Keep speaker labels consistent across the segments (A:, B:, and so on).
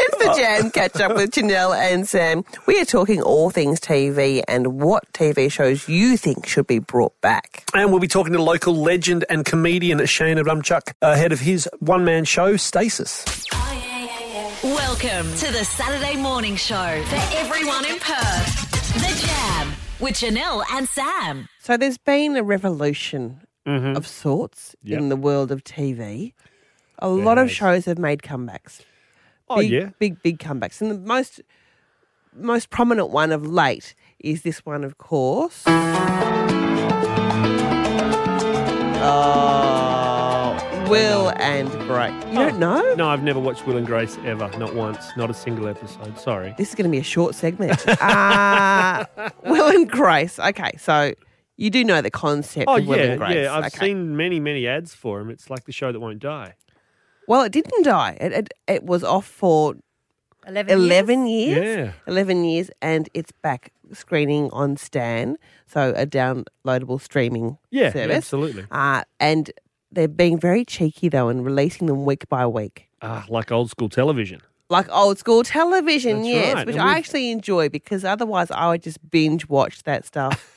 A: Oh.
B: Jam catch up with Janelle and Sam. We are talking all things TV and what TV shows you think should be brought back.
C: And we'll be talking to local legend and comedian Shane Rumchuk ahead of his one man show, Stasis.
D: Oh,
E: Welcome to the Saturday morning show for everyone in Perth. The Jam with Janelle and Sam.
B: So there's been a revolution of sorts
A: Mm-hmm. Yep.
B: in the world of TV. A lot of shows have made comebacks.
A: Oh,
B: big,
A: yeah.
B: big, big comebacks. And the most most prominent one of late is this one, of course. Oh, Will and Grace. You don't know?
A: Oh. No, I've never watched Will and Grace ever. Not once. Not a single episode. Sorry.
B: This is going to be a short segment. uh, Will and Grace. Okay, so you do know the concept
A: Oh,
B: of Will
A: yeah.
B: and Grace.
A: Yeah. I've
B: okay.
A: seen many, many ads for him. It's like the show that won't die.
B: Well, it didn't die. It, it, it was off for
D: 11 years?
B: 11 years.
A: Yeah.
B: 11 years, and it's back screening on Stan, so a downloadable streaming
A: Yeah,
B: service.
A: absolutely.
B: Uh, and they're being very cheeky, though, and releasing them week by week.
A: Ah, like old school television.
B: Like old school television,
A: That's
B: yes,
A: right,
B: which
A: and
B: I
A: we've-
B: actually enjoy because otherwise I would just binge watch that stuff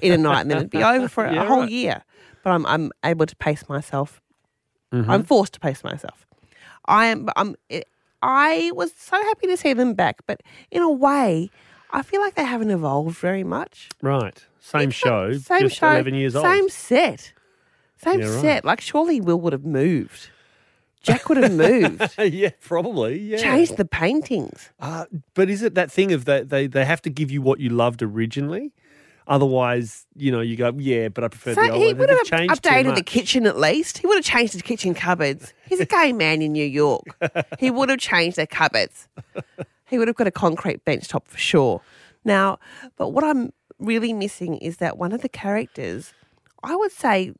B: in a night and then it'd be over for
A: Yeah,
B: a whole
A: right.
B: year. But I'm, I'm able to pace myself.
A: Mm-hmm.
B: I'm forced to pace myself. I am. I'm. It, I was so happy to see them back, but in a way, I feel like they haven't evolved very much.
A: Right. Same show.
B: Same
A: just
B: show,
A: 11 years old.
B: Same set, same
A: Yeah, right.
B: set. Like surely Will would have moved. Jack would have moved.
A: yeah, probably. Yeah.
B: Changed the paintings.
A: Uh, but is it that thing of that they, they have to give you what you loved originally? Otherwise, you know, you go, yeah, but I prefer the
B: So
A: old
B: he
A: one.
B: would
A: They've
B: have
A: changed too
B: updated the
A: much.
B: kitchen at least. He would have changed his kitchen cupboards. He's a gay man in New York. He would have changed their cupboards. He would have got a concrete bench top for sure. Now, but what I'm really missing is that one of the characters, I would say,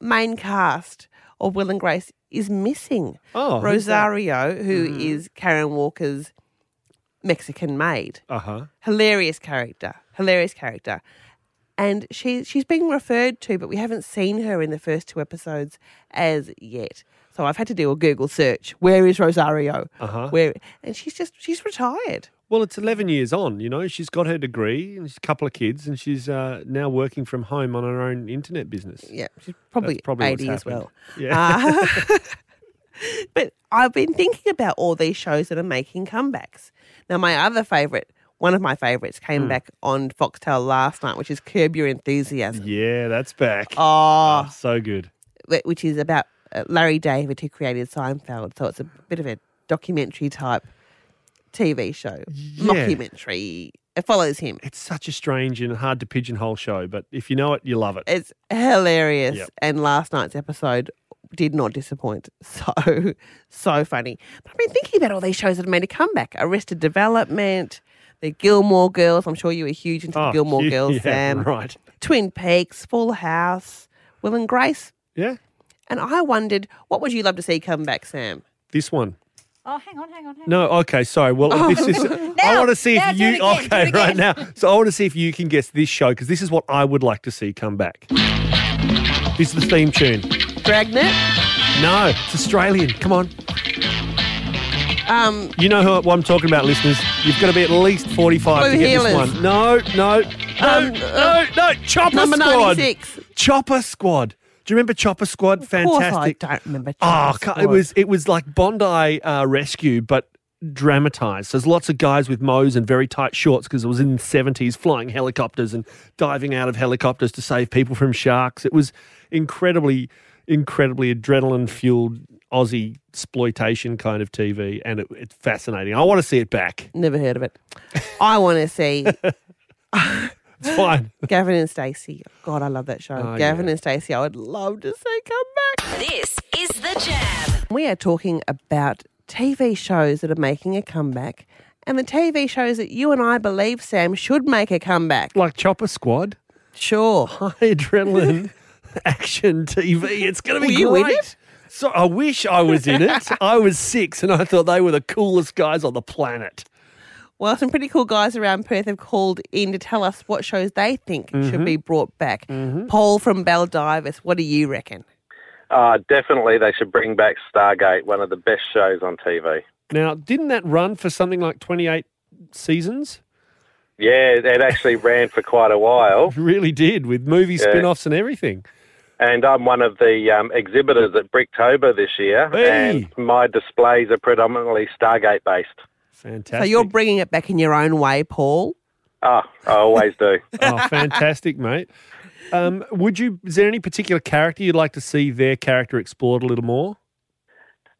B: main cast of Will and Grace is missing.
A: Oh, who's that? Mm.
B: Rosario, who is Karen Walker's Mexican maid
A: Uh huh.
B: hilarious character, hilarious character. And she she's being referred to, but we haven't seen her in the first two episodes as yet. So I've had to do a Google search. Where is Rosario?
A: Uh-huh.
B: Where and she's just she's retired.
A: Well, it's 11 years on, you know. She's got her degree and she's a couple of kids and she's uh, now working from home on her own internet business.
B: Yeah, she's probably,
A: That's probably what's
B: eighty as well.
A: happened. Yeah.
B: Uh, but I've been thinking about all these shows that are making comebacks. Now, my other favorite, one of my favorites,
A: Hmm.
B: came back on Foxtel last night, which is Curb Your Enthusiasm.
A: yeah, that's back.
B: Oh,
A: Ah, so good.
B: wh- which is about uh, Larry David, who created Seinfeld. So it's a bit of a documentary type TV show, mockumentary. It follows him.
A: It's such a strange and hard to pigeonhole show, but if you know it, you love it.
B: It's hilarious.
A: Yep.
B: And last night's episode did not disappoint. So, so funny. But I've been thinking about all these shows that have made a comeback Arrested Development, the Gilmore Girls. I'm sure you were huge into the
A: Oh,
B: Gilmore
A: yeah,
B: Girls, Sam.
A: Right.
B: Twin Peaks, Full House, Will and Grace.
A: Yeah.
B: And I wondered, what would you love to see come back, Sam?
A: This one.
D: Oh, hang on, hang on, hang on.
A: No, okay, sorry. Well,
B: Oh.
A: this is. I
D: Now,
A: want to see
D: now
A: if
D: do it
A: you.
D: again, do
A: okay,
D: it
A: right
D: again.
A: now. So I want to see if you can guess this show because this is what I would like to see come back. This is the theme tune.
B: Dragnet?
A: No, it's Australian. Come on.
B: Um,
A: You know who, what I'm talking about, listeners. You've got to be at least 45 to
B: Blue
A: get
B: Heelers.
A: this one. No, no, no,
B: Um,
A: no, no. Chopper
B: number
A: Squad.
B: 96.
A: Chopper Squad. Do you remember Chopper Squad? Fantastic.
B: Of course I don't remember.
A: Oh,
B: Chopper
A: ca-
B: Squad.
A: it was it was like Bondi uh, Rescue, but dramatized. So there's lots of guys with mows and very tight shorts because it was in the 70s, flying helicopters and diving out of helicopters to save people from sharks. It was incredibly, incredibly adrenaline fueled Aussie exploitation kind of TV, and it, it's fascinating. I want to see it back.
B: Never heard of it. I want to see
A: It's fine.
B: Gavin and Stacey. God, I love that show.
A: Oh,
B: Gavin and Stacey, I would love to see come back.
E: This is The Jam.
B: We are talking about TV shows that are making a comeback and the TV shows that you and I believe, Sam, should make a comeback.
A: like Chopper Squad,
B: Sure.
A: high adrenaline action TV. It's going to be
B: Were you
A: great.
B: in it?
A: So I wish I was in it. I was six, and I thought they were the coolest guys on the planet.
B: Well, some pretty cool guys around Perth have called in to tell us what shows they think
A: Mm-hmm.
B: should be brought back. Paul from Baldivis, what do you reckon?
F: Uh, definitely, they should bring back Stargate, one of the best shows on TV.
A: Now, didn't that run for something like 28 seasons?
F: Yeah, it actually ran for quite a while,
A: Really did, with movie spin offs and everything.
F: and I'm one of the um, exhibitors at Bricktober this year,
A: Hey.
F: and my displays are predominantly Stargate based.
A: Fantastic.
B: So you're bringing it back in your own way, Paul.
F: Oh, I always do.
A: oh, fantastic, mate. Um, would you? Is there any particular character you'd like to see their character explored a little more?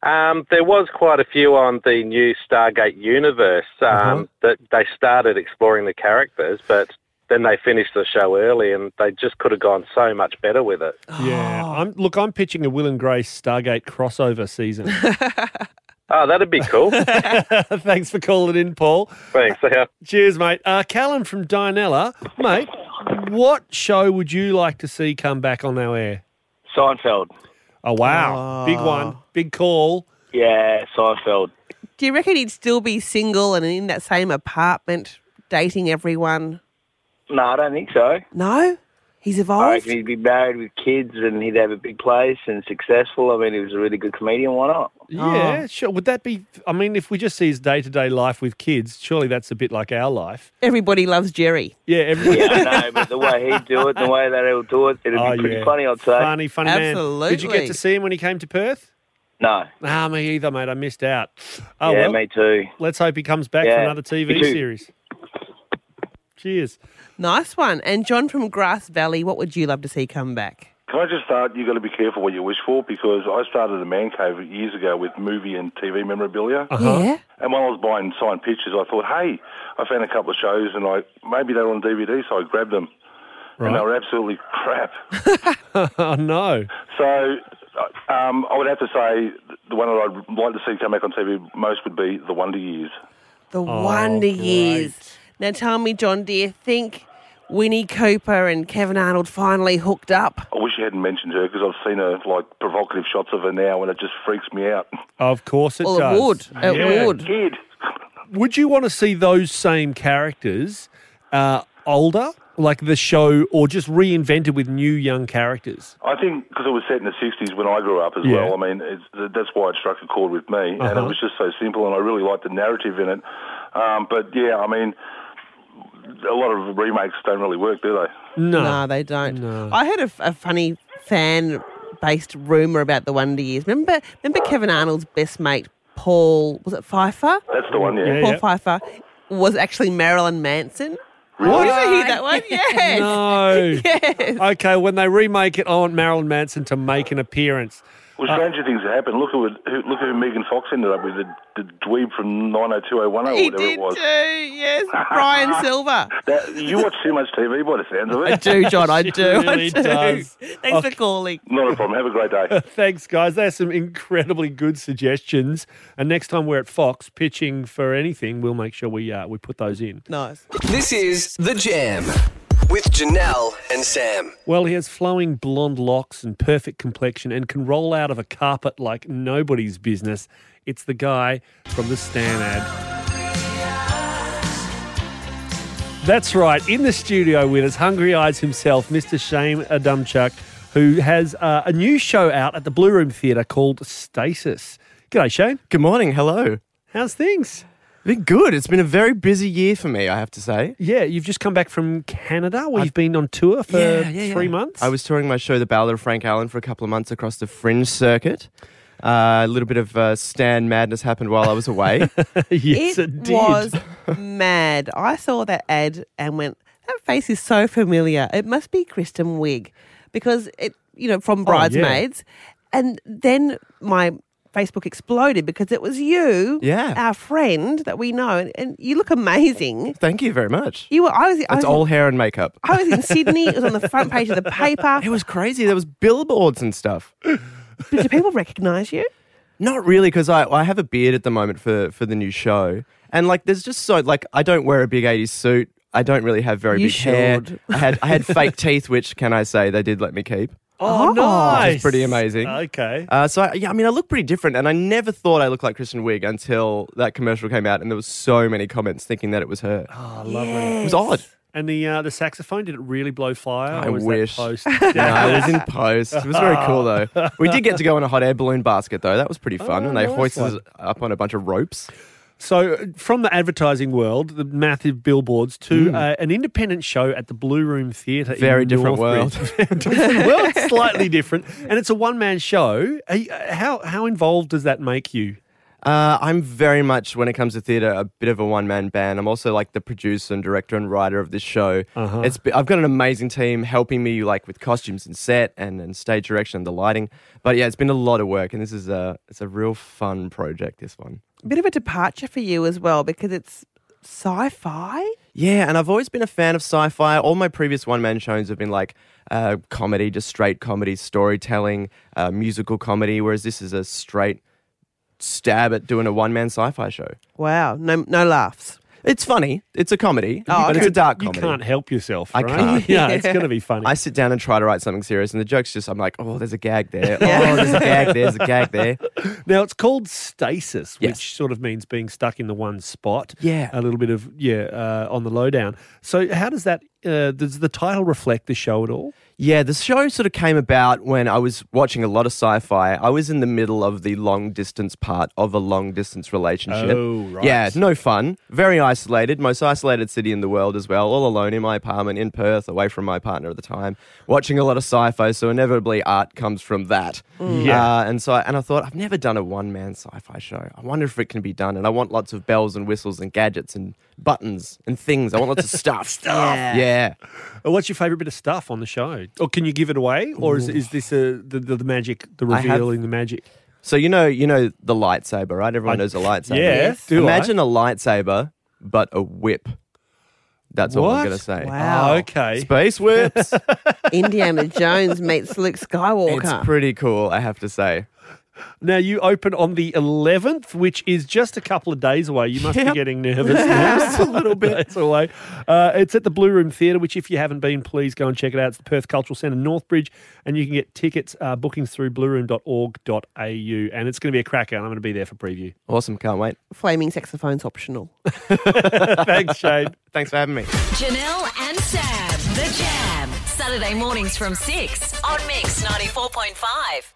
F: Um, there was quite a few on the new Stargate universe um,
A: Uh-huh.
F: that they started exploring the characters, but then they finished the show early, and they just could have gone so much better with it.
A: Yeah.
B: Oh.
A: I'm, look, I'm pitching a Will and Grace Stargate crossover season.
F: Oh, that'd be cool.
A: Thanks for calling in, Paul.
F: Thanks. Yeah.
A: Cheers, mate. Uh, Callum from Dinella, mate. What show would you like to see come back on our air?
G: Seinfeld.
A: Oh wow,
B: Ah.
A: big one, big call.
G: Yeah, Seinfeld.
B: Do you reckon he'd still be single and in that same apartment dating everyone?
G: No, I don't think so.
B: No? He's
G: I
B: evolved?
G: reckon he'd be married with kids and he'd have a big place and successful. I mean, he was a really good comedian. Why not?
B: Ah.
A: Yeah, sure. Would that be? I mean, if we just see his day to day life with kids, surely that's a bit like our life.
B: Everybody loves Jerry.
A: Yeah, every,
G: Yeah, I know, but the way he'd do it, the way that he'll do it, it'd
A: Oh,
G: be pretty
A: yeah.
G: funny, I'd say.
A: funny, funny man. Did you get
B: Absolutely.
A: to see him when he came to Perth?
G: No.
A: Ah, me either, mate. I missed out. Oh
G: yeah,
A: well.
G: me too.
A: Let's hope he comes back for
G: Yeah,
A: another TV
G: me too.
A: series. Cheers.
B: Nice one. And John from Grass Valley, what would you love to see come back?
H: Can I just start? You've got to be careful what you wish for because I started a man cave years ago with movie and TV memorabilia.
B: Yeah.
H: And while I was buying signed pictures, I thought, hey, I found a couple of shows and I maybe they were on DVD, so I grabbed them. And they
A: Right.
H: were absolutely crap.
A: Oh no.
H: so um, I would have to say the one that I'd like to see come back on TV most would be The Wonder Years.
B: The Wonder
A: Oh, great.
B: Years. Now tell me, John, do you think Winnie Cooper and Kevin Arnold finally hooked up?
H: I wish you hadn't mentioned her because I've seen her like provocative shots of her now and it just freaks me out.
A: Of course it
B: Well,
A: does.
B: it would. It
A: Yeah.
B: would.
H: Kid.
A: Would you want to see those same characters uh, older, like the show, or just reinvented with new young characters?
H: I think because it was set in the 60s when I grew up as
A: Yeah.
H: well. I mean, it's, th- that's why it struck a chord with me. And
A: Uh-huh.
H: it was just so simple, and I really liked the narrative in it. Um, but yeah, I mean, a lot of remakes don't really work, do they?
A: No.
B: No, they don't. I heard a, f- a funny fan based rumour about the Wonder Years. Remember, remember Kevin Arnold's best mate, Paul, was it Pfeiffer?
H: That's the one, yeah.
A: Yeah.
B: Paul Pfeiffer was actually Marilyn Manson.
A: What?
B: Did you hear that one? Yes.
A: No.
B: Yes.
A: Okay, when they remake it, I want Marilyn Manson to make an appearance.
H: Well, stranger things have happened. Look at what, who, look at who Megan Fox ended up with, the, the dweeb from 90210
B: He
H: or whatever
B: did
H: it was.
B: too, yes. Brian Silver.
H: That, you watch too much TV by the sounds of
B: I
H: it.
B: do, John. I do.
A: really
B: I do.
A: does.
B: Thanks for calling.
H: Not a problem. Have a great day.
A: Thanks, guys. They have some incredibly good suggestions. And next time we're at Fox pitching for anything, we'll make sure we uh, we put those in.
B: Nice.
I: This is The Jam with Janelle and Sam.
A: Well, he has flowing blonde locks and perfect complexion and can roll out of a carpet like nobody's business. It's the guy from the Stan ad. That's right. In the studio with us, Hungry Eyes himself, Mr. Shane Adumchuk, who has uh, a new show out at the Blue Room Theatre called Stasis. G'day, Shane.
J: Good morning. Hello.
A: How's things?
J: Been good. It's been a very busy year for me, I have to say.
A: Yeah, you've just come back from Canada where you've been on tour for three months.
J: I was touring my show, The Ballad of Frank Allen, for a couple of months across the Fringe circuit. Uh, a little bit of uh, Stan madness happened while I was away.
A: yes, it,
B: it
A: did.
B: was mad. I saw that ad and went, that face is so familiar. It must be Kristen Wiig because it, you know,
J: Oh,
B: from Bridesmaids. And then my Facebook exploded because it was you,
J: Yeah.
B: our friend that we know, and, and you look amazing.
J: Thank you very much.
B: You were. I was. I was,
J: It's all hair and makeup.
B: I was in Sydney. It was on the front page of the paper.
J: It was crazy. There was billboards and stuff.
B: Do people recognise you?
J: Not really, because I, I have a beard at the moment for, for the new show. And like, there's just so, like, I don't wear a big 80s suit. I don't really have very
B: You
J: big hair.
B: should.
J: I had, I had fake teeth, which, can I say, they did let me keep.
A: Oh, nice.
J: Which is pretty amazing.
A: Okay.
J: Uh, so I, yeah, I mean, I look pretty different, and I never thought I looked like Kristen Wiig until that commercial came out, and there was so many comments thinking that it was her.
A: I love it.
J: It was odd.
A: And the uh, the saxophone did it really blow fire?
J: I
A: or was that
J: wish.
A: post?
J: no, it was in post. It was very cool though. We did get to go on a hot air balloon basket though. That was pretty fun. and they
A: Oh, nice
J: hoisted
A: one.
J: us up on a bunch of ropes.
A: So, uh, from the advertising world, the massive billboards, to uh, an independent show at the Blue Room Theatre.
J: Mm. Very
A: in
J: different
A: Northbridge. different world, slightly different, and it's a one-man show. Are you- uh, How how involved does that make you?
J: Uh, I'm very much, when it comes to theatre, a bit of a one man band. I'm also like the producer and director and writer of this show.
A: Uh-huh.
J: It's be- I've got an amazing team helping me like with costumes and set and, and stage direction and the lighting. But yeah, it's been a lot of work, and this is a it's a real fun project. This one.
B: Bit of a departure for you as well because it's sci-fi.
J: Yeah, and I've always been a fan of sci-fi. All my previous one-man shows have been like uh, comedy, just straight comedy, storytelling, uh, musical comedy. Whereas this is a straight stab at doing a one-man sci-fi show.
B: Wow, no no laughs.
J: It's funny. It's a comedy,
B: Oh,
J: but
B: okay.
J: it's a dark
A: You
J: comedy.
A: can't help yourself.
J: I
A: right?
J: can't.
A: Yeah, it's going to be funny.
J: I sit down and try to write something serious, and the joke's just I'm like, oh, there's a gag there. Oh, there's a gag. There's a gag there.
A: Now it's called stasis,
J: Yes.
A: which sort of means being stuck in the one spot.
J: Yeah.
A: a little bit of yeah uh, on the lowdown. So how does that? Uh, does the title reflect the show at all?
J: Yeah, the show sort of came about when I was watching a lot of sci-fi. I was in the middle of the long distance part of a long distance relationship.
A: Oh, right.
J: Yeah, no fun. Very isolated, most isolated city in the world as well. All alone in my apartment in Perth, away from my partner at the time. Watching a lot of sci-fi, so inevitably art comes from that.
A: Mm. Yeah.
J: Uh, and so, I, and I thought I've never done a one-man sci-fi show. I wonder if it can be done. And I want lots of bells and whistles and gadgets and buttons and things. I want lots of stuff. stuff. Yeah.
A: Or what's your favorite bit of stuff on the show? Or can you give it away? Or is, is this a, the, the the magic, the
J: I have-
A: revealing, the magic?
J: So you know, you know the lightsaber, right? Everyone
A: I-
J: knows a lightsaber.
A: Yeah, do
J: Imagine a lightsaber, but a whip. That's all I'm
A: What?
J: gonna say.
B: Wow.
A: Oh, okay.
J: Space whips.
B: Indiana Jones meets Luke
J: it's
B: Skywalker.
J: pretty cool, I have to say.
A: Now you open on the 11th, which is just a couple of days away. You must be getting nervous now. It's a little bit days away. Uh, it's at the Blue Room Theatre, which if you haven't been, please go and check it out. It's the Perth Cultural Centre, Northbridge, and you can get tickets, uh, bookings through blueroom.org.au. And it's going to be a cracker, and I'm going to be there for preview.
J: Awesome, can't wait.
B: Flaming saxophone's optional.
A: Thanks, Shane.
J: Thanks for having me.
E: Janelle and Sam, The Jam. Saturday mornings from 6 on Mix 94.5.